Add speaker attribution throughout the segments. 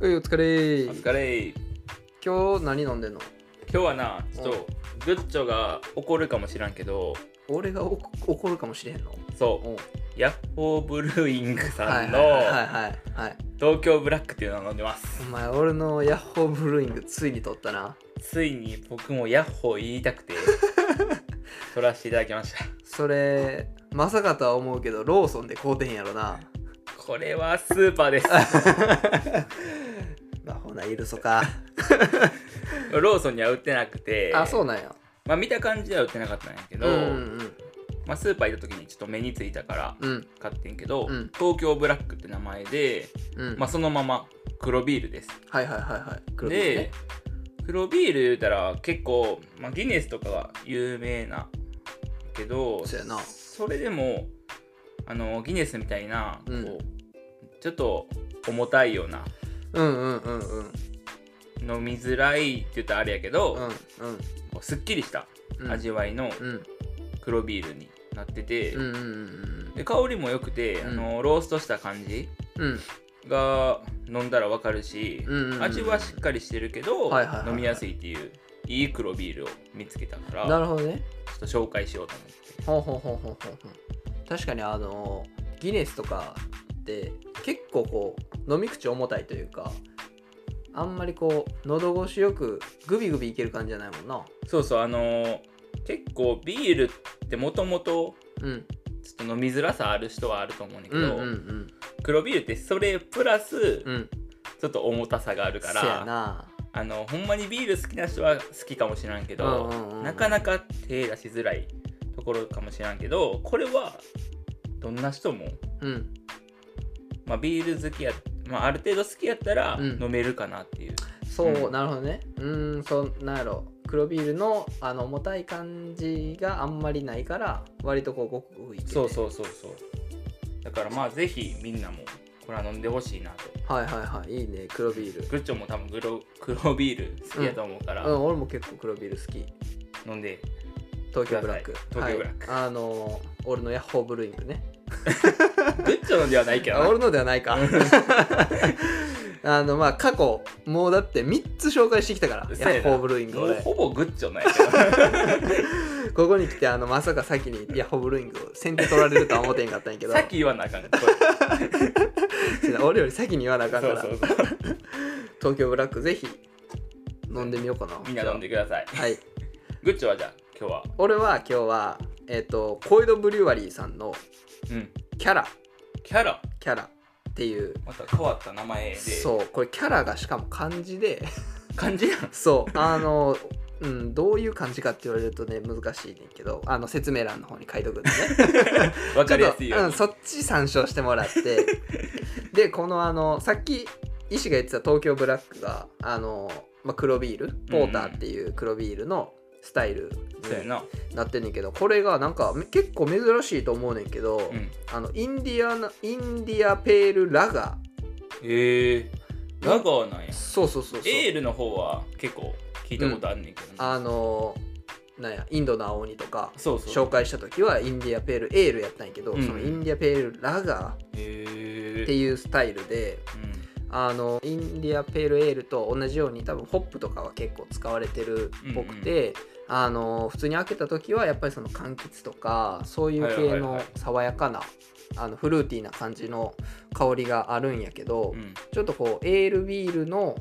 Speaker 1: ういお疲れ
Speaker 2: お疲れ
Speaker 1: 今日何飲んでんの
Speaker 2: 今日はなちょっとグッチョが怒るかもしらんけど
Speaker 1: 俺がおこ怒るかもしれへんの
Speaker 2: そう
Speaker 1: お
Speaker 2: ヤッホーブルーイング
Speaker 1: は
Speaker 2: さ
Speaker 1: い
Speaker 2: ん
Speaker 1: は
Speaker 2: の
Speaker 1: いはいはいはい
Speaker 2: 東京ブラックっていうのを飲んでま
Speaker 1: お
Speaker 2: す
Speaker 1: 前俺のヤッホーブルーイングついに取ったな
Speaker 2: ついに僕もヤッホー言い たくて取らせていただきました
Speaker 1: それまさかとは思うけどローソンで買うてへんやろな
Speaker 2: これはスーパー です
Speaker 1: まあほなイルソか
Speaker 2: ローソンには売ってなくて
Speaker 1: あそうなんや
Speaker 2: まあ見た感じでは売ってなかったんやけ
Speaker 1: う
Speaker 2: ど、
Speaker 1: んうん
Speaker 2: まあ、スーパー行った時にちょっと目についたから
Speaker 1: うん
Speaker 2: 買ってんけど、
Speaker 1: うん
Speaker 2: 東京ブラックって名前で、
Speaker 1: うん
Speaker 2: まあ、そのまま黒ビールです
Speaker 1: はいはいはいはい黒ビール
Speaker 2: で
Speaker 1: ね
Speaker 2: 黒ビール言うたら結構、まあ、ギネスとかが有名なけど
Speaker 1: そうやな
Speaker 2: それでもあのギネスみたいなこう、
Speaker 1: うん
Speaker 2: ちょっと重たいような
Speaker 1: うんうんうんうん
Speaker 2: 飲みづらいって言ったらあれやけど、
Speaker 1: うん
Speaker 2: こうすっきりした
Speaker 1: うん
Speaker 2: 味わいの
Speaker 1: うん
Speaker 2: 黒ビールになってて、
Speaker 1: うんうんうん
Speaker 2: で香りも良くて、あのローストした感じ
Speaker 1: うん
Speaker 2: が飲んだらわかるし、
Speaker 1: うんうんうん
Speaker 2: 味はしっかりしてるけど、
Speaker 1: はいはいはいはい
Speaker 2: 飲みやすいっていういい黒ビールを見つけたから
Speaker 1: なるほどね
Speaker 2: ちょっと紹介しようと思って
Speaker 1: ほんほんほんほんほんほん確かにあのギネスとかって結構こう飲み口重たいというかあんまりこう喉越しよくグビグビいける感じじゃないもんな
Speaker 2: そうそうあのー結構ビールってもともと
Speaker 1: うん
Speaker 2: ちょっと飲みづらさある人はあると思うんだけ
Speaker 1: う
Speaker 2: ど、
Speaker 1: んうんうん
Speaker 2: 黒ビールってそれプラス
Speaker 1: うん
Speaker 2: ちょっと重たさがあるか
Speaker 1: せや
Speaker 2: ら
Speaker 1: な
Speaker 2: あのほんまにビール好きな人は好きかもしれんけど、
Speaker 1: うんうんうん
Speaker 2: なかなか手出しづらいところかもしれんけどこれはどんな人も、
Speaker 1: うん
Speaker 2: まあ、ビール好きや、まあ、ある程度好きやったら
Speaker 1: うん
Speaker 2: 飲めるかなっていう、
Speaker 1: そう、
Speaker 2: うん
Speaker 1: なるほどねうーんそうなんやろ黒ビールのあの重たい感じがあんまりないから割とこうごくごくいけて
Speaker 2: そうそうそうそうだからまあぜひみんなもこれは飲んでほしいなと
Speaker 1: はいはいはいいいね黒ビール
Speaker 2: グッチョも多分黒黒ビール好きやと思うから、
Speaker 1: うん俺も結構黒ビール好き
Speaker 2: 飲んで
Speaker 1: 東京ブラック
Speaker 2: ください東京ブラック
Speaker 1: はい、あのー俺のヤッホーブルーイングね
Speaker 2: グッチョのではないけど
Speaker 1: あ
Speaker 2: な
Speaker 1: 俺のではないか あのまあ過去もうだって3つ紹介してきたから
Speaker 2: そうやな
Speaker 1: ヤッホーブルーイング
Speaker 2: もう
Speaker 1: 俺こ
Speaker 2: ほぼグッチョなんや け
Speaker 1: こに来てあのまさか先にヤッホーブルーイングを先手取られるとは思ってへんかったんやけ
Speaker 2: ど
Speaker 1: ど
Speaker 2: さっき言わなあ かんこれ
Speaker 1: 俺より先に言わなあかんか
Speaker 2: そう
Speaker 1: ら
Speaker 2: そうそう
Speaker 1: 東京ブラックぜひ飲んでみようかな
Speaker 2: みんな飲んでください
Speaker 1: はい
Speaker 2: グッチョはじゃあ今日は
Speaker 1: 俺は今日はえっ、とコイドブリュワリーさんの
Speaker 2: うん
Speaker 1: キャラ
Speaker 2: キャラ
Speaker 1: キャラっていう
Speaker 2: また変わった名前で
Speaker 1: そうこれキャラがしかも漢字で
Speaker 2: 感じなん
Speaker 1: そうあの、うん、どういう感じかって言われるとね難しいねんけどあの説明欄の方に書いとくんでね
Speaker 2: わ
Speaker 1: ちょ
Speaker 2: か
Speaker 1: っ
Speaker 2: りやすい
Speaker 1: と、
Speaker 2: よ
Speaker 1: う、
Speaker 2: うんに
Speaker 1: そっち参照してもらってでこのあのさっき医師が言ってた東京ブラックがあの、まあ、黒ビールポーターっていう黒ビールのスタイル
Speaker 2: そうや
Speaker 1: に
Speaker 2: な
Speaker 1: なってんねんけどこれがなんかめ結構珍しいと思うねんけど、
Speaker 2: うん
Speaker 1: あのインディアナインディアペールラガ
Speaker 2: へえラガーなんや
Speaker 1: ーそうそうそうそう
Speaker 2: エールの方は結構聞いたことあんねんけどな
Speaker 1: あのなんやインドの青鬼とか
Speaker 2: そうそ
Speaker 1: 紹
Speaker 2: う
Speaker 1: 介した時はインディアペールエールやったんやけど、
Speaker 2: うん
Speaker 1: そのインディアペールラガーっ
Speaker 2: へ
Speaker 1: て
Speaker 2: え
Speaker 1: いうスタイルであのインディアペールエールと同じように多分ホップとかは結構使われてるっぽくて、あの普通に開けた時はやっぱりその柑橘とかそういう
Speaker 2: はいは
Speaker 1: 系
Speaker 2: いはい
Speaker 1: の
Speaker 2: はい
Speaker 1: 爽やかな、あのフルーティーな感じの香りがあるんやけど、
Speaker 2: うん
Speaker 1: ちょっとこうエールビールの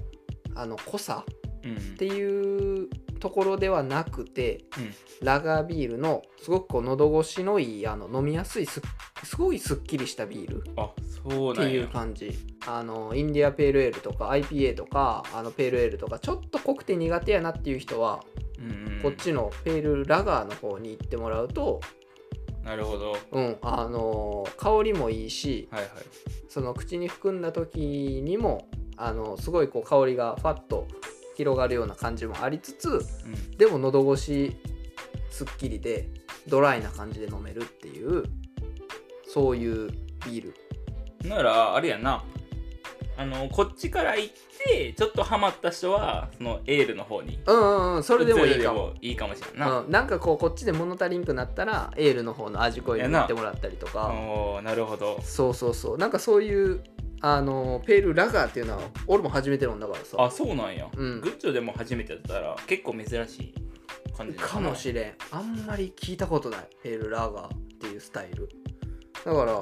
Speaker 1: あの濃さ
Speaker 2: うんうん
Speaker 1: っていうところではなくて、
Speaker 2: うん
Speaker 1: ラガービールのすごくこう喉越しのいいあの飲みやすいすすごいすっきりしたビール
Speaker 2: あそう
Speaker 1: っ
Speaker 2: な
Speaker 1: て
Speaker 2: ん
Speaker 1: い
Speaker 2: や
Speaker 1: う感じあのインディアペールエールとか IPA とかあのペールエールとかちょっと濃くて苦手やなっていう人は、
Speaker 2: うんうん
Speaker 1: こっちのペールラガーの方に行ってもらうと、
Speaker 2: なるほどはい
Speaker 1: うん、あの香りもいいし
Speaker 2: はい
Speaker 1: その口に含んだ時にもあのすごいこう香りがファッと広がるような感じもありつつ
Speaker 2: うん
Speaker 1: でも喉越しすっきりでドライな感じで飲めるっていうそういうビール
Speaker 2: ならあれやなあのこっちから行ってちょっとハマった人はそのエールの方に
Speaker 1: うんうんうんそれでもいいかも
Speaker 2: 移るでいいかもしれん
Speaker 1: な,、
Speaker 2: な、
Speaker 1: うん、なんかこうこっちで物足りんくなったらエールの方の味濃いのに行ってもらったりと
Speaker 2: お
Speaker 1: か
Speaker 2: おーなるほど
Speaker 1: そうそうそうなんかそういうあのペールラガーっていうのは俺も初めて飲んだからさ
Speaker 2: あそうなんや、
Speaker 1: うん
Speaker 2: グッチョでも初めてだったら結構珍しい感じな
Speaker 1: かもしれんあんまり聞いたことないペールラガーっていうスタイルだから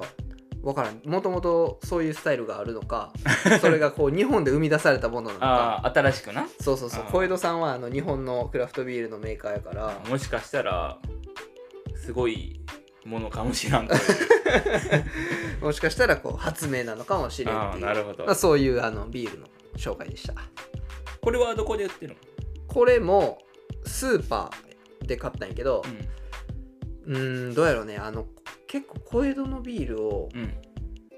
Speaker 1: 分からんもともとそういうスタイルがあるの かそれがこう日本で生み出されたものなのか
Speaker 2: ああ新しくな
Speaker 1: そうそうそう
Speaker 2: あー
Speaker 1: 小江戸さんはあの日本のクラフトビールのメーカーやから
Speaker 2: もしかしたらすごいものかもし らんけど
Speaker 1: もしかしたらこう発明なのかもしれんっ
Speaker 2: あ
Speaker 1: て
Speaker 2: あ
Speaker 1: いう
Speaker 2: なるほど
Speaker 1: まあそういうあのビールの紹介でした
Speaker 2: これはどこで売ってるの、
Speaker 1: これもスーパーで買ったんやけどうーんどうやろうねあの結構小江戸のビールを
Speaker 2: うんうん、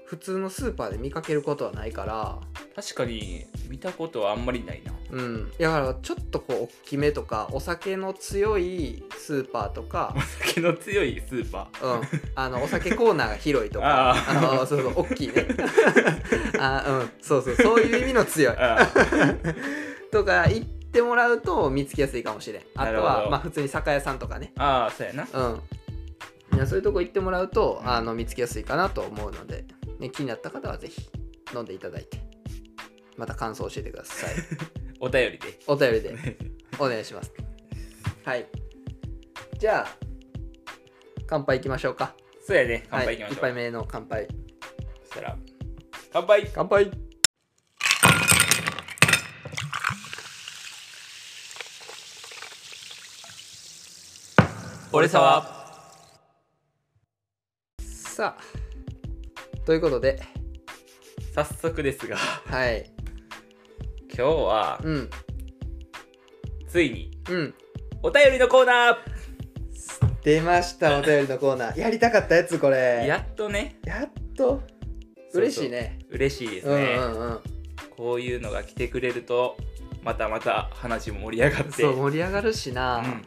Speaker 1: 普通のスーパーで見かけることはないから
Speaker 2: 確かに見たことはあんまりない な
Speaker 1: うんだからちょっとこう大きめとかお酒の強いスーパーと か
Speaker 2: お酒の強いスーパー
Speaker 1: うん、あのお酒コーナーが広いとか
Speaker 2: あ
Speaker 1: あのそうそう大きいね あうんそうそうそういう意味の強い
Speaker 2: ああ
Speaker 1: とか行ってもらうと見つけやすいかもしれんあ
Speaker 2: なる
Speaker 1: と
Speaker 2: ほど
Speaker 1: はまあ普通に酒屋さんとかね
Speaker 2: ああそうやな
Speaker 1: うんいやそういうとこ行ってもらうと
Speaker 2: うん
Speaker 1: あの見つけやすいかなと思うので、ね、気になった方はぜひ飲んでいただいてまた感想を教えてください
Speaker 2: お便りで
Speaker 1: お便 りでお願いしますはいじゃあ乾杯いきましょうか
Speaker 2: そうやね乾杯いきましょう、
Speaker 1: はい、1杯目の乾杯
Speaker 2: そしたら乾杯
Speaker 1: 乾杯
Speaker 2: 俺さは
Speaker 1: さあということで
Speaker 2: 早速ですが
Speaker 1: はい
Speaker 2: 今日は
Speaker 1: うん
Speaker 2: ついに
Speaker 1: うん
Speaker 2: お便りのコーナ
Speaker 1: 出ましたお便りのコーナー やりたかったやつこ
Speaker 2: ー
Speaker 1: れ
Speaker 2: やっとね
Speaker 1: やっと嬉しいね
Speaker 2: 嬉しいです
Speaker 1: う
Speaker 2: ね、
Speaker 1: んうんうん
Speaker 2: こういうのが来てくれるとまたまた話も盛り上がって
Speaker 1: そう盛り上がるしな、
Speaker 2: うん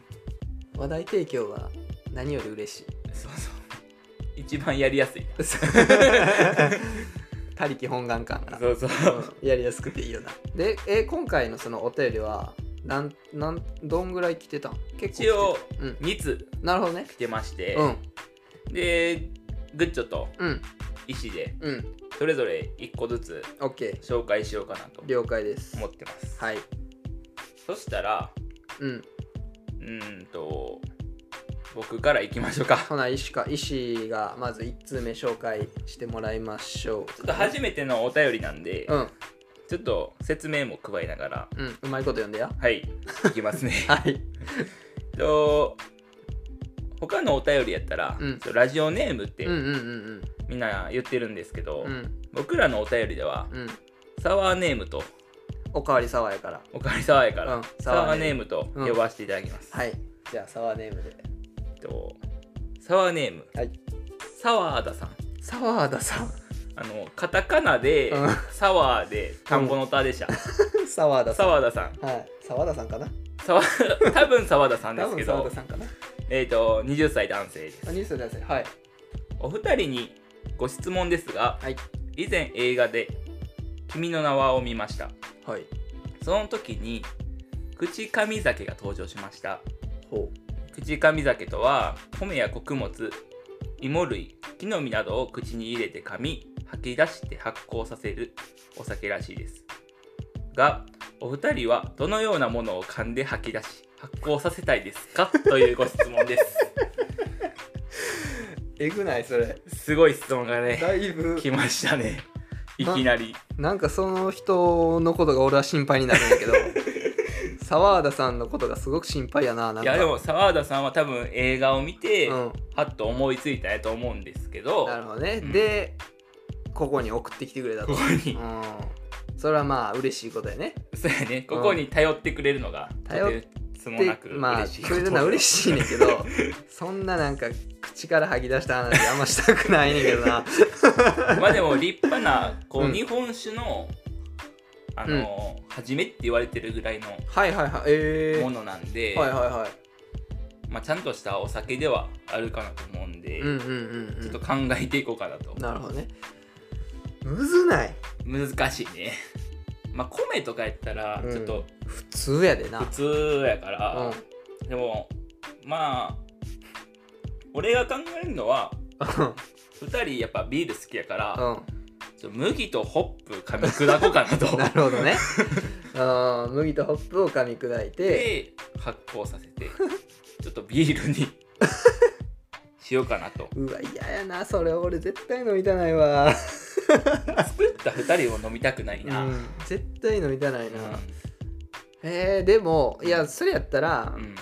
Speaker 1: 話題提供は何より嬉し い
Speaker 2: そうそう一番やりやすい
Speaker 1: 他力本願感が、
Speaker 2: そうそう
Speaker 1: うんやりやすくていいよなでえ今回のそのお便りはなんなんどんぐらい来てたん結構
Speaker 2: 一応
Speaker 1: 来てたうん
Speaker 2: 2つ
Speaker 1: なるほどね
Speaker 2: 来てまして、
Speaker 1: うん
Speaker 2: でグッチョと
Speaker 1: うん
Speaker 2: イシで
Speaker 1: うん
Speaker 2: それぞれ1個ずつ
Speaker 1: OK
Speaker 2: 紹介しようかなと
Speaker 1: 了解です
Speaker 2: 思ってます、
Speaker 1: はい
Speaker 2: そしたら
Speaker 1: うん
Speaker 2: うーんと僕からいきましょうか ち
Speaker 1: ほな石か石がまず1通目紹介してもらいましょうち
Speaker 2: ょっと初めてのお便りなんで、
Speaker 1: うん
Speaker 2: ちょっと説明も加えながら
Speaker 1: うんうまいこと読んでや
Speaker 2: はい いきますね
Speaker 1: はい
Speaker 2: と他のお便りやったら、
Speaker 1: うん
Speaker 2: ちょっとラジオネームって
Speaker 1: うんうんうん
Speaker 2: みんな言ってるんですけど、
Speaker 1: うんうん
Speaker 2: 僕らのお便りでは、
Speaker 1: うん
Speaker 2: サワーネームと
Speaker 1: おかわり爽やから
Speaker 2: おかわりサワーやから、
Speaker 1: うん
Speaker 2: サワーネームと呼ばせていただきます、
Speaker 1: はいじゃあサワーネームで
Speaker 2: とサワーネーム、
Speaker 1: はい
Speaker 2: サワーダさん
Speaker 1: サワーダ さん
Speaker 2: あのカタカナで、
Speaker 1: うん
Speaker 2: サワーで田んぼの田でした、
Speaker 1: サワーダさ
Speaker 2: サワーダさん
Speaker 1: んはいサワーダさんかな
Speaker 2: サワー多分サワーダさんで
Speaker 1: 多
Speaker 2: すけ
Speaker 1: 分サワー
Speaker 2: ど
Speaker 1: ダさんかな
Speaker 2: えっ、と20歳男性です
Speaker 1: あニュースで出せはい
Speaker 2: お二人にご質問ですが
Speaker 1: はい
Speaker 2: 以前映画で「君の名は」を見ました
Speaker 1: はい
Speaker 2: その時に口上酒が登場しました
Speaker 1: ほ
Speaker 2: 口噛み酒とは米や穀物芋類木の実などを口に入れて噛み吐き出して発酵させるお酒らしいですがお二人はどのようなものを噛んで吐き出し発酵させたいですかというご質問で
Speaker 1: うえぐないそれ
Speaker 2: すすごい質問がね
Speaker 1: だい ぶ
Speaker 2: 来ましたねいきなり
Speaker 1: なんかその人のことが俺は心配になるん だけどサワーダさんのことがすごく心配やななんか
Speaker 2: いやでも澤田さんは多分映画を見て、
Speaker 1: うん
Speaker 2: はっと思いついたやと思うんですけど
Speaker 1: なるほどね、
Speaker 2: うん
Speaker 1: でここに送ってきてくれたと
Speaker 2: ここに
Speaker 1: うん、それはまあ嬉しいことやね
Speaker 2: そうやね、ここに頼ってくれるのが、
Speaker 1: 頼っ
Speaker 2: とてつもなく
Speaker 1: まあ
Speaker 2: 嬉しいこと
Speaker 1: くれるのは嬉しいねんけどそんななんか口から吐き出した話あんましたくないねんけど な
Speaker 2: まあでも立派なこう、
Speaker 1: うん
Speaker 2: 日本酒のあの、初めって言われてるぐらいの
Speaker 1: はいはいはいえ
Speaker 2: ものなんで、
Speaker 1: ー、はいはいはい
Speaker 2: まあ、ちゃんとしたお酒ではあるかなと思うんで、
Speaker 1: うんうんうん、
Speaker 2: ちょっと
Speaker 1: う
Speaker 2: 考えていこうかなと
Speaker 1: ん、なるほどねむずない
Speaker 2: 難しいねまあ米とかやったら
Speaker 1: うん
Speaker 2: ちょっと
Speaker 1: 普通やでな
Speaker 2: 普通やから、でもまあ俺が考えるのは
Speaker 1: うん
Speaker 2: 2人やっぱビール好きやから、
Speaker 1: うん
Speaker 2: ちょ麦とホップ噛み砕こうかな と
Speaker 1: なるほどねあー麦とホップを噛み砕いて
Speaker 2: で発酵させてちょっとビー ルにしようかなと
Speaker 1: うわ嫌やなそれ俺絶対飲みたないわ、
Speaker 2: 作った2人を飲みたくないうな、うん
Speaker 1: ん、絶対飲みたないな、えー、でもいやそれやったら、
Speaker 2: うん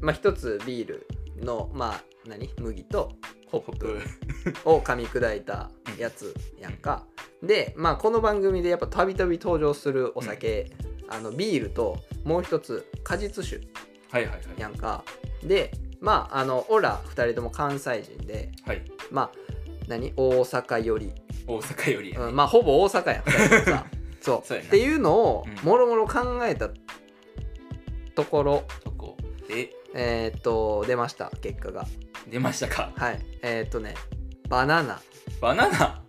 Speaker 1: まあ一つビールのまあ何麦と
Speaker 2: ホップ
Speaker 1: を噛み砕いたやつやんか、でまあこの番組でやっぱたびたび登場するお酒、あのビールともう一つ果実酒
Speaker 2: はいはいはい
Speaker 1: やんかでまああのオラ2人とも関西人で
Speaker 2: はい
Speaker 1: まあ何大阪寄り、
Speaker 2: 大阪よりやね、
Speaker 1: うんまあほぼ大阪やん2人と もさそう
Speaker 2: そうやな
Speaker 1: っていうのを
Speaker 2: うん
Speaker 1: もろもろ考えたところ
Speaker 2: そこで
Speaker 1: えーっと出ました結果が
Speaker 2: 出ましたか
Speaker 1: はいえーっとねバナナ
Speaker 2: バナナ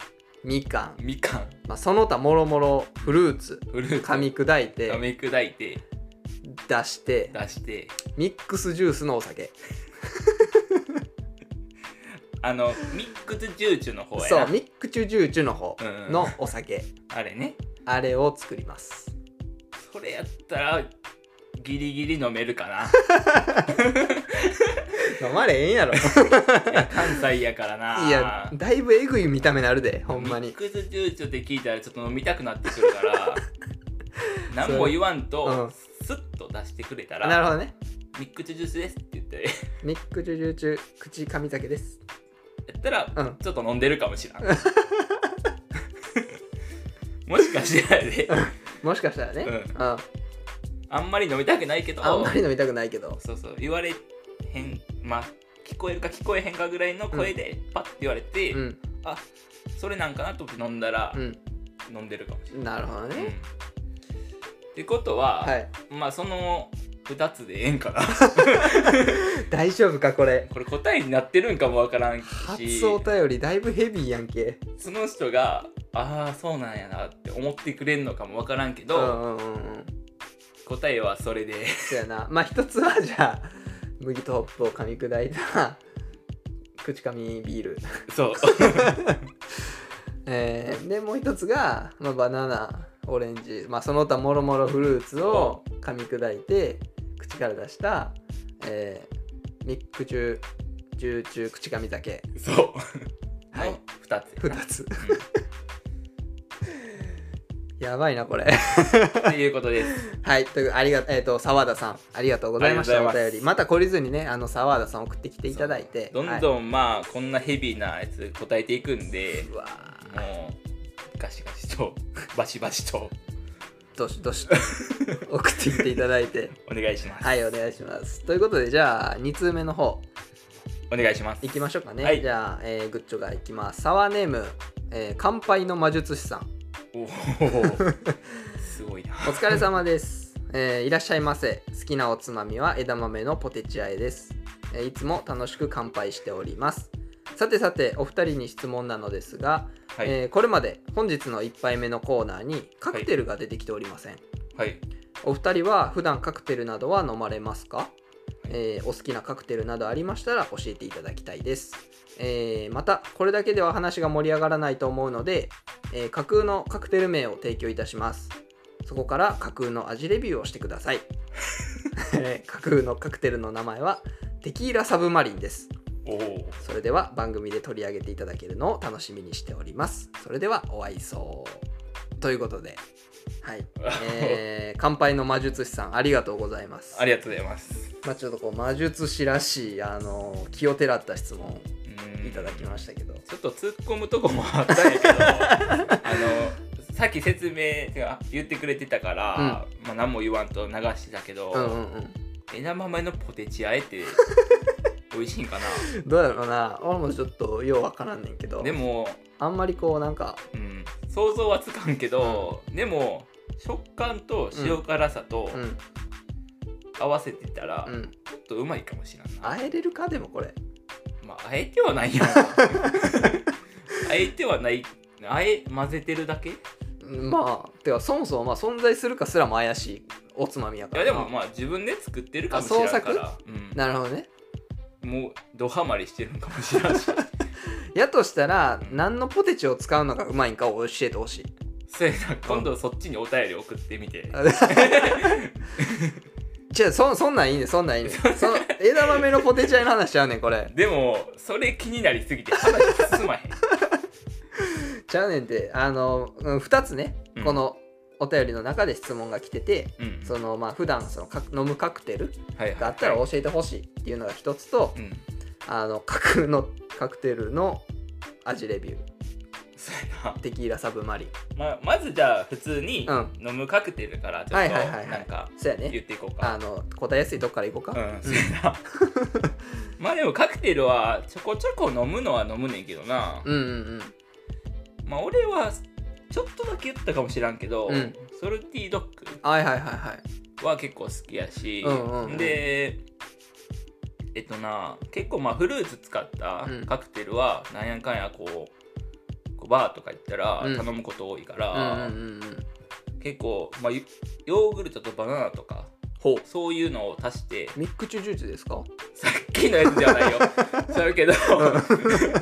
Speaker 1: みかん、
Speaker 2: みかん
Speaker 1: まあ、その他もろもろフルーツ
Speaker 2: フルーツ
Speaker 1: 噛み砕い
Speaker 2: 噛
Speaker 1: て
Speaker 2: み砕いて
Speaker 1: 出して
Speaker 2: 出して
Speaker 1: ミックスジュースのお酒
Speaker 2: あのミックスジューチュの方
Speaker 1: そ
Speaker 2: や
Speaker 1: う
Speaker 2: な
Speaker 1: ミックチュジューチュの方
Speaker 2: うんうん
Speaker 1: のお酒、
Speaker 2: あれね
Speaker 1: あれを作ります
Speaker 2: それやったらギリギリ飲めるかな
Speaker 1: 飲まれへんやろ
Speaker 2: いや関西やからない
Speaker 1: やだいぶえぐい見た目なるでほんま
Speaker 2: ミ
Speaker 1: に
Speaker 2: ックスジューチュって聞いたらちょっと飲みたくなってくるから 何も言わんと、スッと出してくれた
Speaker 1: な
Speaker 2: ら
Speaker 1: るほどね
Speaker 2: 「ミックスジュースです」って言って
Speaker 1: ミックチュジューチュ口噛み酒です
Speaker 2: やったら、
Speaker 1: うん
Speaker 2: ちょっと飲んでるかもしらん もしかしてあれで
Speaker 1: もしかしたらね、
Speaker 2: うん
Speaker 1: うん
Speaker 2: あんまり飲みたくないけど
Speaker 1: あんまり飲みたくないけど
Speaker 2: そうそう言われへんまあ聞こえるか聞こえへんかぐらいの声でパッて言われて、
Speaker 1: うん
Speaker 2: あそれなんかなと思って飲んだら、
Speaker 1: う
Speaker 2: 飲んでるかもし
Speaker 1: んなるほど
Speaker 2: れない、うん
Speaker 1: ね、
Speaker 2: ってことは、
Speaker 1: はい
Speaker 2: まあその2つでええんかな
Speaker 1: 大丈夫かこれ
Speaker 2: これ答えになってるんかもわからんし
Speaker 1: 初お便りだいぶヘビーやんけ
Speaker 2: その人がああそうなんやなって思ってくれんのかもわからんけ
Speaker 1: う
Speaker 2: ど、
Speaker 1: んうんうんうん
Speaker 2: 答えはそれで
Speaker 1: そうやなまあ一つはじゃあ麦とホップを噛み砕いた口噛みビール、
Speaker 2: そう
Speaker 1: えーでもう一つが、まあ、バナナオレンジ、まあ、その他もろもろフルーツを噛み砕いて口から出した、えーミック中中中口噛み酒
Speaker 2: そう
Speaker 1: はい
Speaker 2: の2つやな
Speaker 1: 2つ やばいなこれ
Speaker 2: うんっていうことです
Speaker 1: はい、というありがえっ、と澤田さんありがとうございまし
Speaker 2: あ
Speaker 1: た
Speaker 2: り
Speaker 1: お
Speaker 2: がとうございます
Speaker 1: 便りまた懲りずにねあの澤田さん送ってきていただいて
Speaker 2: どん
Speaker 1: はい
Speaker 2: どんまあこんなヘビーなやつ答えていくんで、
Speaker 1: うわ
Speaker 2: もうガシガシとバシバシと
Speaker 1: ーどしどしと 送ってきていただいて
Speaker 2: お願いします、
Speaker 1: はいお願いしますということでじゃあ2通目の方
Speaker 2: お願いします
Speaker 1: いきましょうかね、
Speaker 2: はい
Speaker 1: じゃあ、えーグッチョがいきますサワーネーム、えー乾杯の魔術師さん
Speaker 2: お おすごいな
Speaker 1: お疲れ様です、えーいらっしゃいませ好きなおつまみは枝豆のポテチあえです、えーいつも楽しく乾杯しておりますさてさてお二人に質問なのですが、
Speaker 2: はい、
Speaker 1: えーこれまで本日の1杯目のコーナーにカクテルが出てきておりません、
Speaker 2: はい
Speaker 1: お二人は普段カクテルなどは飲まれますか、えーお好きなカクテルなどありましたら教えていただきたいです、えーまたこれだけでは話が盛り上がらないと思うので、えー架空のカクテル名を提供いたしますそこから架空の味レビューをしてください、 えー架空のカクテルの名前はテキーラサブマリンです
Speaker 2: おお
Speaker 1: それでは番組で取り上げていただけるのを楽しみにしておりますそれではお会いそうということで はい、えー乾杯の魔術師さんありがとうございます
Speaker 2: ありがとうございます
Speaker 1: まあちょっとこう魔術師らしいあの気をてらった質問
Speaker 2: うん
Speaker 1: いただきましたけど、
Speaker 2: ちょっと突っ込むとこもあったんやけど あのさっき説明てか言ってくれてたから、まあ、何も言わんと流してたけど、
Speaker 1: うんうんうん
Speaker 2: 枝豆のポテチあえ て美味しいんか
Speaker 1: どうやろうな俺もちょっとようわからんねんけど
Speaker 2: なでも、
Speaker 1: あんまりこうなんか
Speaker 2: うん、想像はつかんけど、でも食感と塩辛さと
Speaker 1: うん
Speaker 2: 合わせてたら、
Speaker 1: うん
Speaker 2: ちょっとうまいかもしれんな
Speaker 1: 会えれるかでもこれ
Speaker 2: まあ、あえてはな いやん。あえてはない。あえ、混ぜてるだけい
Speaker 1: まあてかそもそもまあ存在するかすらも怪しいおつまみやから
Speaker 2: や、
Speaker 1: な
Speaker 2: でもまあ、自分で作ってるかもしれないから。うん
Speaker 1: なるほどね
Speaker 2: もう、ドハマりしてるんかもしれないし。
Speaker 1: やとしたら
Speaker 2: うん
Speaker 1: 何のポテチを使うのがうまいんかを教えて ほしい
Speaker 2: そうやな今度そっちにお便り送ってみて
Speaker 1: あじゃあそそんなんいいねそんなんいい ねその枝豆のポテチ屋の話ちゃうねんこれ
Speaker 2: でもそれ気になりすぎて話進まへん
Speaker 1: ちゃうねんってあの、うん、2つね、
Speaker 2: う ん
Speaker 1: このお便りの中で質問が来てて
Speaker 2: うん
Speaker 1: そのまあ普段そのか飲むカクテル
Speaker 2: はいはい
Speaker 1: があったら教えてほしいっていうのが一つと、
Speaker 2: うん
Speaker 1: あの架空のカクテルの味レビュー
Speaker 2: そうやな
Speaker 1: テキーラサブマリン
Speaker 2: ままずじゃあ普通に
Speaker 1: うん
Speaker 2: 飲むカクテルからちょ
Speaker 1: は
Speaker 2: っ
Speaker 1: い
Speaker 2: と
Speaker 1: はいはいはい
Speaker 2: なんか
Speaker 1: そうや
Speaker 2: 言
Speaker 1: ね
Speaker 2: っていこう
Speaker 1: あ
Speaker 2: か
Speaker 1: の答えやすいとこからいこうか、
Speaker 2: うんそうや なまあでもカクテルはちょこちょこ飲むのは飲むねんけどな
Speaker 1: うんうん
Speaker 2: まあ俺はちょっとだけ言ったかもしらんけど
Speaker 1: うん
Speaker 2: ソルティドッグ
Speaker 1: うんはいはいはいはい
Speaker 2: は結構好きやし、
Speaker 1: うんうんうん
Speaker 2: でえっとな結構まあフルーツ使った
Speaker 1: うん
Speaker 2: カクテルはなんやかんやこうこうバーとか行ったら
Speaker 1: うん
Speaker 2: 頼むこと多いか
Speaker 1: うんう
Speaker 2: ら、
Speaker 1: んうんうん
Speaker 2: 結構、まあ、ヨヨーグルトとバナナとか
Speaker 1: ほう
Speaker 2: そういうのを足して
Speaker 1: ミックチュジュースですか
Speaker 2: さっきのやつじゃな いよそれけど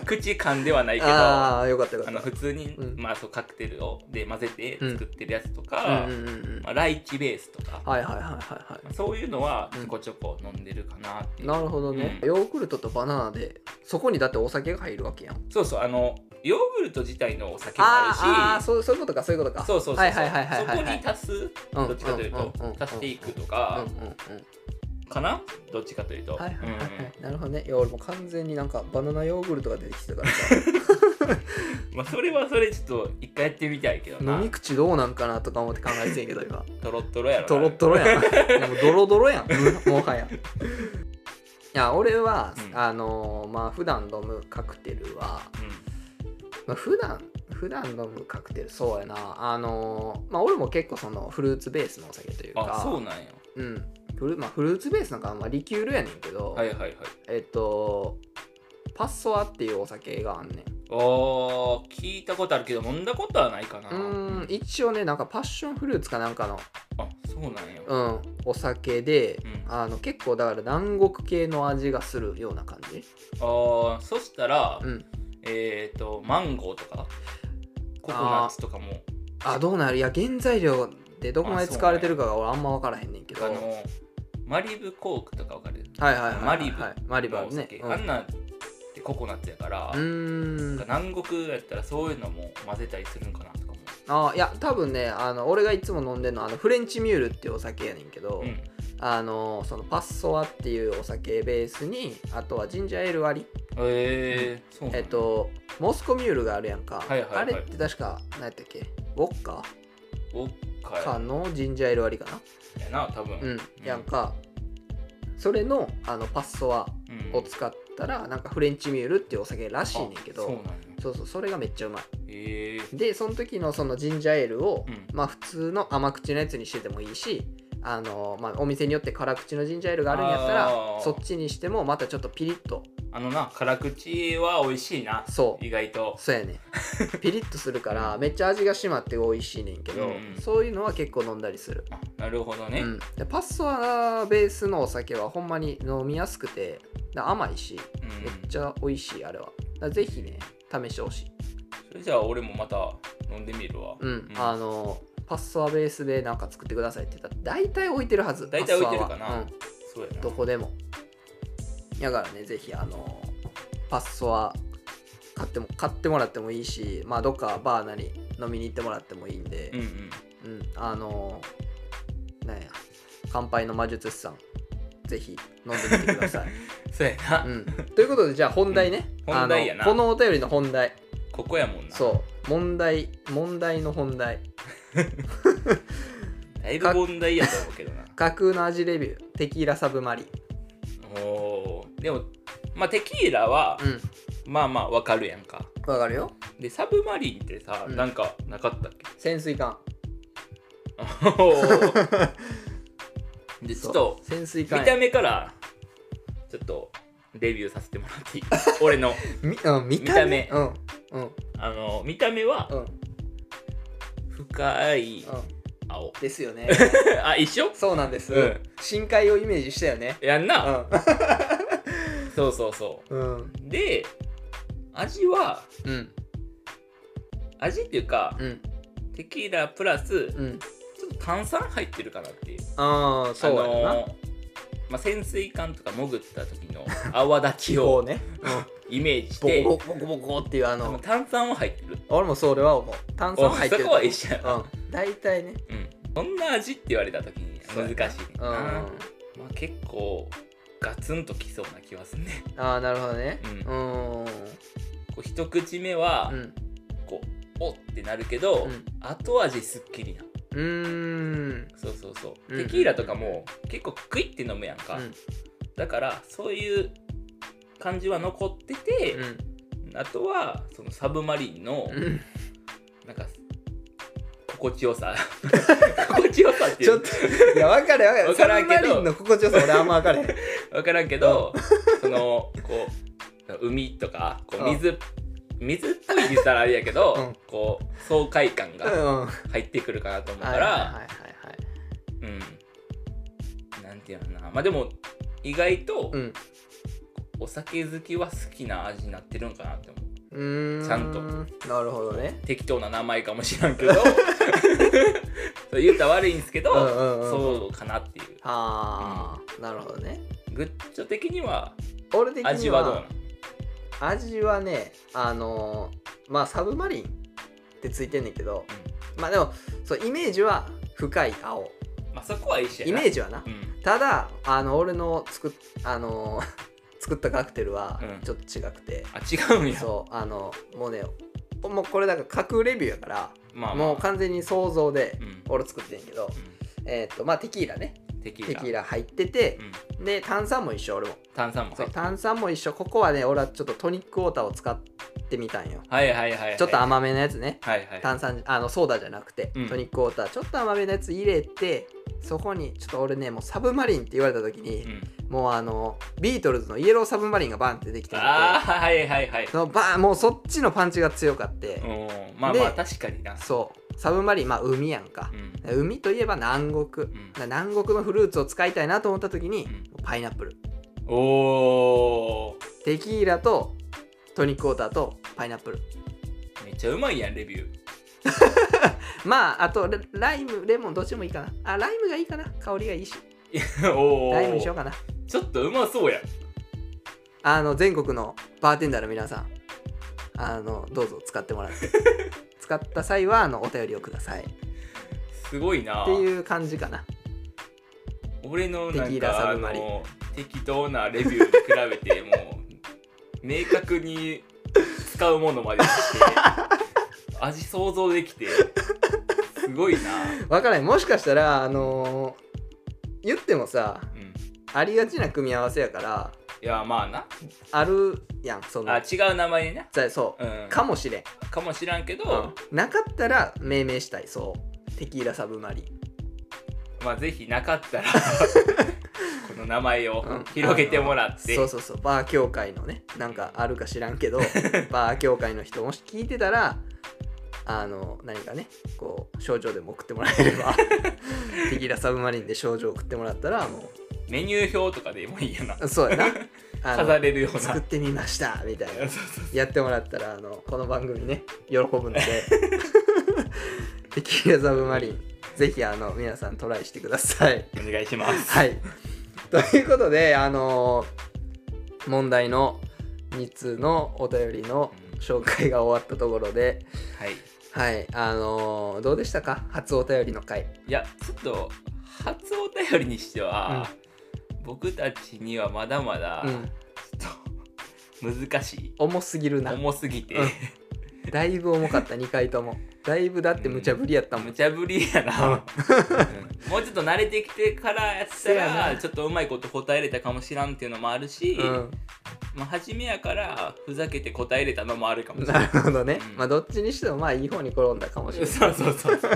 Speaker 2: 口噛んではないけどあ
Speaker 1: ああよかったよかっ
Speaker 2: の普通に、
Speaker 1: うん
Speaker 2: まあ、そうカクテルをで混ぜて
Speaker 1: うん
Speaker 2: 作ってるやつと
Speaker 1: た
Speaker 2: か、
Speaker 1: うんうんうんうん
Speaker 2: まあ、ライチベースとか、
Speaker 1: はいはいはいはいは
Speaker 2: まあそういうのはちょこちょこ飲んでるかなって
Speaker 1: い
Speaker 2: いう
Speaker 1: なるほどね、
Speaker 2: うん
Speaker 1: ヨーグルトとバナナでそこにだってお酒が入るわけやん
Speaker 2: そうそうあのヨーグルト自体のお酒も
Speaker 1: あーあ
Speaker 2: あ
Speaker 1: ー
Speaker 2: るし
Speaker 1: そうそういうことかそういうことか
Speaker 2: そうそうそう
Speaker 1: はいはいはいはいはい
Speaker 2: そこに足す
Speaker 1: うん
Speaker 2: どっちかというと
Speaker 1: うんうんうん
Speaker 2: 足していくと
Speaker 1: うんうん
Speaker 2: か
Speaker 1: うん
Speaker 2: かなどっちかというと
Speaker 1: はいはいはいは
Speaker 2: うん
Speaker 1: いなるほどねいや俺もう完全になんかバナナヨーグルトが出てきてたから さ
Speaker 2: まあそれはそれちょっと一回やってみたいけど
Speaker 1: 飲
Speaker 2: な
Speaker 1: み口どうなんかなとか思って考えてんけど今
Speaker 2: トロットロやろな
Speaker 1: ドロッドロやんい やもうドロドロやんもはやいや俺は、
Speaker 2: うん
Speaker 1: あのーまあ普段飲むカクテルは、まあ、普段普段飲むカクテルそうやなあのーまあ俺も結構そのフルーツベースのお酒という
Speaker 2: うん
Speaker 1: か
Speaker 2: あそうなんや
Speaker 1: うんフルまあ、フルーツベースなんか、まあ、リキュールやねんけど、
Speaker 2: はいはいはい
Speaker 1: えっとパッソアっていうお酒があんねん
Speaker 2: おー聞いたことあるけど飲んだことはないかな
Speaker 1: うーん一応ねなんかパッションフルーツかなんかの、
Speaker 2: あそうなんや
Speaker 1: うん、お酒で、
Speaker 2: うん
Speaker 1: あの結構だから南国系の味がするような感じ、
Speaker 2: あーそしたら
Speaker 1: うん、
Speaker 2: えっとマンゴーとかココナッツとかも
Speaker 1: あどうなるいや原材料でどこまで使われてるかが俺あんま分からへんねんけど
Speaker 2: あのマリブコークとかわかる
Speaker 1: はいはいはいはい
Speaker 2: マリブ
Speaker 1: はいマリブあるね
Speaker 2: お酒
Speaker 1: うん
Speaker 2: あんなんってココナッツやから、
Speaker 1: うーん
Speaker 2: 南国やったらそういうのも混ぜたりするんかなとかも、
Speaker 1: あいや多分ねあの俺がいつも飲んでるのはあのフレンチミュールっていうお酒やねんけど、
Speaker 2: うん、
Speaker 1: あのそのパッソアっていうお酒ベースにあとはジンジャーエール割り
Speaker 2: えー、そうなんや
Speaker 1: えっとモスコミュールがあるやんか、
Speaker 2: はいはいはい
Speaker 1: あれって確か何やったっけウォッカ
Speaker 2: おっ
Speaker 1: か
Speaker 2: か
Speaker 1: のジンジャーエール割りかな
Speaker 2: やな多分、
Speaker 1: うん、
Speaker 2: うん
Speaker 1: やんかそれのあのパッソアを使ったらなんかフレンチミュールっていうお酒らしいねんけ
Speaker 2: あそう
Speaker 1: ど
Speaker 2: なんや
Speaker 1: そうそうそれがめっちゃうまい
Speaker 2: えー、
Speaker 1: でその時のそのジンジャーエールを、
Speaker 2: うん
Speaker 1: まあ普通の甘口のやつにしててもいいしあの、まあ、お店によって辛口のジンジャーエールがあるんやったら
Speaker 2: あー
Speaker 1: そっちにしてもまたちょっとピリッと
Speaker 2: あのな辛口は美味しいな
Speaker 1: そう
Speaker 2: 意外と
Speaker 1: そうや ねピリッとするからめっちゃ味が締まって美味しいねんけど、
Speaker 2: うんうん
Speaker 1: そういうのは結構飲んだりする、
Speaker 2: あなるほどね、
Speaker 1: うん、でパッソアベースのお酒はほんまに飲みやすくてで甘いし
Speaker 2: うん
Speaker 1: めっちゃ美味しいあれはだからぜひね試してほしい、
Speaker 2: それじゃあ俺もまた飲んでみるわ
Speaker 1: うん
Speaker 2: うん
Speaker 1: あのパッソアベースでなんか作ってくださいって言ったら大体置いてるはず
Speaker 2: 大体置いてる
Speaker 1: パ
Speaker 2: か
Speaker 1: ッソアは
Speaker 2: なそうや
Speaker 1: うん、
Speaker 2: な
Speaker 1: どこでもだからねぜひあのパッソア買っても買ってもらってもいいしまあどっかバーなり飲みに行ってもらってもいいんで、
Speaker 2: うんうん
Speaker 1: うん、あのー、なんや、乾杯の魔術師さん、ぜひ飲んでみてくだ さい。
Speaker 2: そうやな、
Speaker 1: うん、ということで、じゃあ本題ね。
Speaker 2: うん本題やな
Speaker 1: あのこのお便りの本題。
Speaker 2: ここやもんな
Speaker 1: そう、問題、問題の本題。
Speaker 2: だいぶ問題やと思うけどな
Speaker 1: 架空の味レビュー、テキーラサブマリ
Speaker 2: おーでも、まあ、テキーラは、
Speaker 1: ン。
Speaker 2: まあまあわかるやんか
Speaker 1: うん、わかるよ。
Speaker 2: でサブマリンってさ、
Speaker 1: うん
Speaker 2: なんかな かったっけ
Speaker 1: 潜水艦。
Speaker 2: おーでちょっと
Speaker 1: そう潜水
Speaker 2: 見
Speaker 1: 艦
Speaker 2: た
Speaker 1: や
Speaker 2: 目からちょっとレビューさせてもらっていい 俺の
Speaker 1: みうん見た目。
Speaker 2: 見
Speaker 1: うん、うん、
Speaker 2: あの見た目は
Speaker 1: うん、うん。
Speaker 2: 深い青
Speaker 1: ですよ ね。
Speaker 2: あ一緒
Speaker 1: そうなんです、
Speaker 2: うん
Speaker 1: 深海をイメージしたよね。
Speaker 2: やんな、
Speaker 1: う
Speaker 2: そうそうそ
Speaker 1: ん、うん、
Speaker 2: うで味は
Speaker 1: うん
Speaker 2: 味っていうか、
Speaker 1: うん
Speaker 2: テキーラプラスちょ
Speaker 1: うん
Speaker 2: っと炭酸入ってるかなっていう
Speaker 1: ああそうやろな、
Speaker 2: あのーまあ、潜水艦とか潜った時の 泡立ち
Speaker 1: こ
Speaker 2: を
Speaker 1: うね、
Speaker 2: イメージし
Speaker 1: ボ
Speaker 2: て
Speaker 1: コボコボコボコっていうあ
Speaker 2: 多分
Speaker 1: の
Speaker 2: 炭酸は入ってる
Speaker 1: 俺もそれは思う炭酸入ってる
Speaker 2: おそこは一緒やな
Speaker 1: うん大体ね
Speaker 2: うんどんな味って言われた時に難しいねん
Speaker 1: うん
Speaker 2: な
Speaker 1: あ
Speaker 2: まあ、結構ガツンときそうな気はするね
Speaker 1: あなるほどね
Speaker 2: うん
Speaker 1: うんうん
Speaker 2: こう一口目は
Speaker 1: うん
Speaker 2: こう、おってなるけど、後味すっきりな
Speaker 1: うーん
Speaker 2: そうそうそう、
Speaker 1: うん
Speaker 2: テキーラとかも結構クイって飲むやんか、
Speaker 1: うん
Speaker 2: だからそういう感じは残ってて、あとはそのサブマリンの
Speaker 1: うんうん
Speaker 2: なんか心地よさ 心地よさってい
Speaker 1: ちょっ
Speaker 2: う
Speaker 1: といや分かる分かる
Speaker 2: 分からんけど
Speaker 1: サブマリンの心地よさ俺あんま分かれへん
Speaker 2: 分からんけど、そのこう海とかこ
Speaker 1: う
Speaker 2: う
Speaker 1: ん
Speaker 2: 水、水っぽいって言ったらあれやけど、
Speaker 1: うん
Speaker 2: こう爽快感
Speaker 1: う
Speaker 2: が
Speaker 1: んうん
Speaker 2: 入ってくるかなと思うか
Speaker 1: はいはい
Speaker 2: ら、
Speaker 1: はいはい
Speaker 2: うんなんていうのかなまあでも意外と
Speaker 1: うん
Speaker 2: お酒好きは好きな味になってるんかなって思う
Speaker 1: うー
Speaker 2: ちゃんと
Speaker 1: なるほどね
Speaker 2: 適当な名前かもしらんけど そう言うたら悪いんですけど、
Speaker 1: うんうんうん
Speaker 2: そうかなっていう
Speaker 1: ああなるほどね
Speaker 2: グッチョ的には
Speaker 1: 俺的には
Speaker 2: 味はどうなの
Speaker 1: 味はねあのーまあサブマリンってついてんねんけどまあでもそうイメージは深い青
Speaker 2: まあそこは一緒や
Speaker 1: イ
Speaker 2: な
Speaker 1: メージはな
Speaker 2: うん
Speaker 1: ただあの俺の作っあのー 作ったカクテルは
Speaker 2: うん
Speaker 1: ちょっと違くて、
Speaker 2: あ違うんや
Speaker 1: そうあのもうねもうこれだから架空レビューやから、
Speaker 2: まあ、まあ、
Speaker 1: もう完全に想像で
Speaker 2: うん
Speaker 1: 俺作ってんけど、
Speaker 2: う
Speaker 1: えーっとまあテキーラね
Speaker 2: んテキー
Speaker 1: テ
Speaker 2: ラ
Speaker 1: キーラ入ってて
Speaker 2: う、ん、
Speaker 1: で炭酸も一緒俺も
Speaker 2: 炭酸も
Speaker 1: そ
Speaker 2: 入
Speaker 1: う
Speaker 2: って
Speaker 1: 炭酸も一緒ここはね俺はちょっとトニックウォーターを使ってみたんよ
Speaker 2: はいはいはい、はい、
Speaker 1: ちょっと甘めのやつね
Speaker 2: はいはい
Speaker 1: 炭酸あのソーダじゃなくて、
Speaker 2: うん
Speaker 1: トニックウォーターちょっと甘めのやつ入れてそこにちょっと俺ねもうサブマリンって言われた時
Speaker 2: う
Speaker 1: に、
Speaker 2: ん、
Speaker 1: もうあのビートルズのイエローサブマリンがバンってできてて
Speaker 2: ああはいはいはい
Speaker 1: そのバーンもうそっちのパンチが強かって、
Speaker 2: うんまあま
Speaker 1: で
Speaker 2: あ確かにな
Speaker 1: そうサブマリンまあ海やんか
Speaker 2: う、ん
Speaker 1: 海といえば南国、
Speaker 2: ん
Speaker 1: だから南国のフルーツを使いたいなと思った時に、
Speaker 2: う
Speaker 1: パイナップル
Speaker 2: おお
Speaker 1: テキーラとトニックウォーターとパイナップル
Speaker 2: めっちゃうまいやんレビュー
Speaker 1: まああとレライムレモンどっちでもいいかなあライムがいいかな香りがいいし
Speaker 2: お
Speaker 1: ライムにしようか
Speaker 2: ー
Speaker 1: な
Speaker 2: ちょっとうまそうやん
Speaker 1: あの全国のバーテンダーの皆さんあのどうぞ使ってもらって 使った際はあのお便りをくださいっ
Speaker 2: すごいな
Speaker 1: ていう感じかな
Speaker 2: 俺のな
Speaker 1: テキ
Speaker 2: ん
Speaker 1: ーラ
Speaker 2: か
Speaker 1: サ
Speaker 2: あ
Speaker 1: ブマリン
Speaker 2: の適当なレビューと比 べてもう明確に使うものまでして味想像できてすごいな
Speaker 1: わからないもしかしたらあのー言ってもさ
Speaker 2: うん
Speaker 1: ありがちな組み合わせやから
Speaker 2: いやまあな
Speaker 1: あるやんその
Speaker 2: あ違う名前ね
Speaker 1: ざそう、
Speaker 2: うん
Speaker 1: かもしれん、
Speaker 2: かもしらんけど、
Speaker 1: うんなかったら命名したいそうテキーラサブマリン
Speaker 2: まあぜひな かったらこの名前を
Speaker 1: うん
Speaker 2: 広げてもらって、
Speaker 1: そうそうそうバー協会のねなんかあるか知らんけ どバー協会の人もし聞いてたらあの何かねこう症状でも送ってもらえれ ばテキーラサブマリンで症状送ってもらったらも
Speaker 2: メニュー表とかでもいいやな
Speaker 1: うそうや なあ
Speaker 2: 飾
Speaker 1: の
Speaker 2: れるような
Speaker 1: 作ってみましたみたい
Speaker 2: そう
Speaker 1: な
Speaker 2: そうそう
Speaker 1: やってもらったらあのこの番組ね喜ぶの でテキーラサブマリンぜひあの皆さんトライしてください
Speaker 2: お願いします
Speaker 1: はい。ということで、あのー問題の2通のお便りの紹介が終わったところで、
Speaker 2: はいい
Speaker 1: はい、あのーどうでしたか初お便りの回。
Speaker 2: やちょっと初お便りにしては、僕たちにはまだまだ、
Speaker 1: うん。
Speaker 2: ちょっと難しい
Speaker 1: 重すぎるな。
Speaker 2: 重すぎて、
Speaker 1: うんだいぶ重かった、2回とも。だいぶだって無茶ぶりやったもん。
Speaker 2: 無茶ぶりやな、
Speaker 1: うん
Speaker 2: うんもうちょっと慣れてきてからやった
Speaker 1: せや
Speaker 2: ら
Speaker 1: な
Speaker 2: ちょっとうまいこと答えれたかもしらんっていうのもあるし、
Speaker 1: うん、
Speaker 2: まあ、初めやからふざけて答えれたのもあるかもしれな
Speaker 1: ないるほどね、
Speaker 2: うん
Speaker 1: まあどっちにしてもまあいい方に転んだかもしれない
Speaker 2: そうそ うそうそう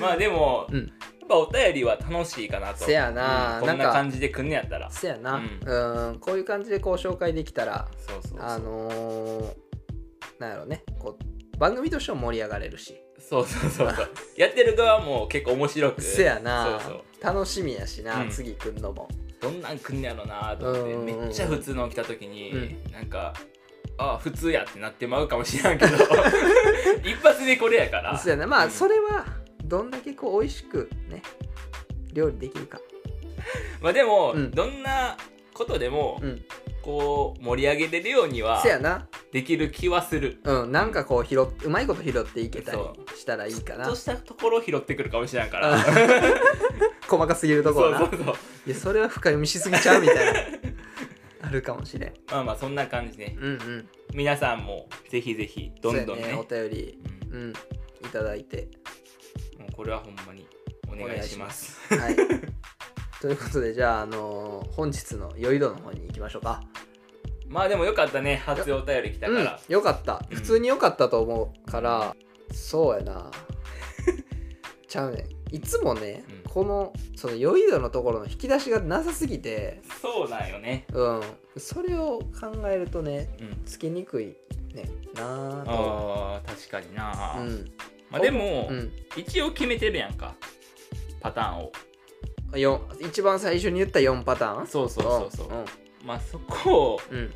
Speaker 2: まあでも、
Speaker 1: うん
Speaker 2: やっぱお便りは楽しいかなと
Speaker 1: せやな
Speaker 2: うんこん
Speaker 1: なん
Speaker 2: な
Speaker 1: か
Speaker 2: 感じでくんねやったら
Speaker 1: せやな、
Speaker 2: う
Speaker 1: うんん、こういう感じでこう紹介できたら
Speaker 2: そうそうそう
Speaker 1: あのーなんやろねこう番組としても盛り上がれるし
Speaker 2: そうそうそうそうやってる側も結構面白く
Speaker 1: せやな
Speaker 2: そうそう
Speaker 1: 楽しみやしな、
Speaker 2: うん
Speaker 1: 次くんのも
Speaker 2: どんなんくんねやろなと思って
Speaker 1: うんうんうん
Speaker 2: めっちゃ普通の来た時に、
Speaker 1: う
Speaker 2: なんかああ普通やってなってまうかもしれ んけど一発でこれやから
Speaker 1: そうやなま
Speaker 2: う
Speaker 1: あ
Speaker 2: ん
Speaker 1: それはどんだけこう美味しくね料理できるか
Speaker 2: まあでも、
Speaker 1: うん
Speaker 2: どんなことでも、
Speaker 1: うん
Speaker 2: こう盛り上げれるようには
Speaker 1: そやな
Speaker 2: できる気はする
Speaker 1: うんなんかこう拾っうまいこと拾っていけたりしたらいいか
Speaker 2: ちょっ
Speaker 1: な
Speaker 2: と したところを拾ってくるかもしれんから
Speaker 1: あ細かすぎる
Speaker 2: そ
Speaker 1: とこ
Speaker 2: う
Speaker 1: ろな
Speaker 2: そうそう
Speaker 1: いやそれは深読みしすぎちゃうみたいなあるかもしれん
Speaker 2: まあまあそんな感じね
Speaker 1: うんうん
Speaker 2: 皆さんもぜひぜひどんどんね
Speaker 1: そうやお便り
Speaker 2: うん
Speaker 1: うんいただいて
Speaker 2: もうこれはほんまにお願いします
Speaker 1: はいということでじゃあ、あのー本日の酔い度の方に行きましょうか
Speaker 2: まあでもよかったね初お便り来たから、
Speaker 1: うん、よかった
Speaker 2: うん
Speaker 1: 普通によかったと思うから、そうや なちゃうねんいつもね、
Speaker 2: うん
Speaker 1: このその酔い度のところの引き出しがなさすぎて
Speaker 2: そうなんよね
Speaker 1: うんそれを考えるとね
Speaker 2: うん
Speaker 1: つけにくいねなあと
Speaker 2: あー確かにな、
Speaker 1: うん
Speaker 2: まあでも、
Speaker 1: うん
Speaker 2: 一応決めてるやんかパターンを
Speaker 1: よ一番最初に言った4パターン
Speaker 2: そうそうそうそう、
Speaker 1: う
Speaker 2: まあそこ
Speaker 1: ん
Speaker 2: を
Speaker 1: うん、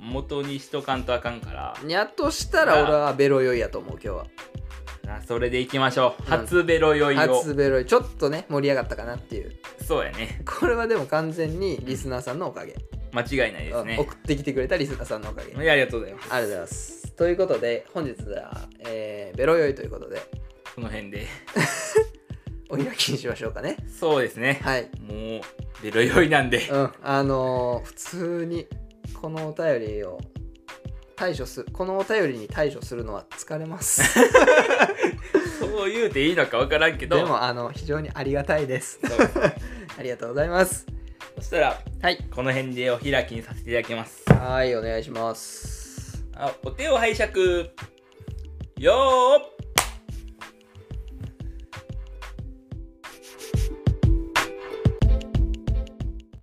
Speaker 2: 元にしとかんとあかんから
Speaker 1: うん、やっとしたら俺はベロ酔いやと思う今日は
Speaker 2: なそれでいきましょう
Speaker 1: うん
Speaker 2: 初ベロ酔いを、
Speaker 1: 初ベロ酔いちょっとね盛り上がったかなっていう
Speaker 2: そうやね
Speaker 1: これはでも完全にリスナーさんのおかげ、
Speaker 2: 間違いないですね
Speaker 1: うん送ってきてくれたリスナーさんのおかげ、あ
Speaker 2: い
Speaker 1: り
Speaker 2: やありがとうございます
Speaker 1: がとうございますということで本日は、えーベロ酔いということで
Speaker 2: この辺で
Speaker 1: お開きにしましょうかね
Speaker 2: そうですね、
Speaker 1: はい
Speaker 2: もうベロ酔いなんで、
Speaker 1: うんあのー普通にこのお便りを対処するこのお便りに対処するのは疲れます
Speaker 2: そう言うていいのか分からんけ ど
Speaker 1: でもあの非常にありがたいです
Speaker 2: そう
Speaker 1: ありがとうございます
Speaker 2: そしたら
Speaker 1: はい
Speaker 2: この辺でお開きにさせていただきます
Speaker 1: はいお願いします
Speaker 2: あお手を拝借よー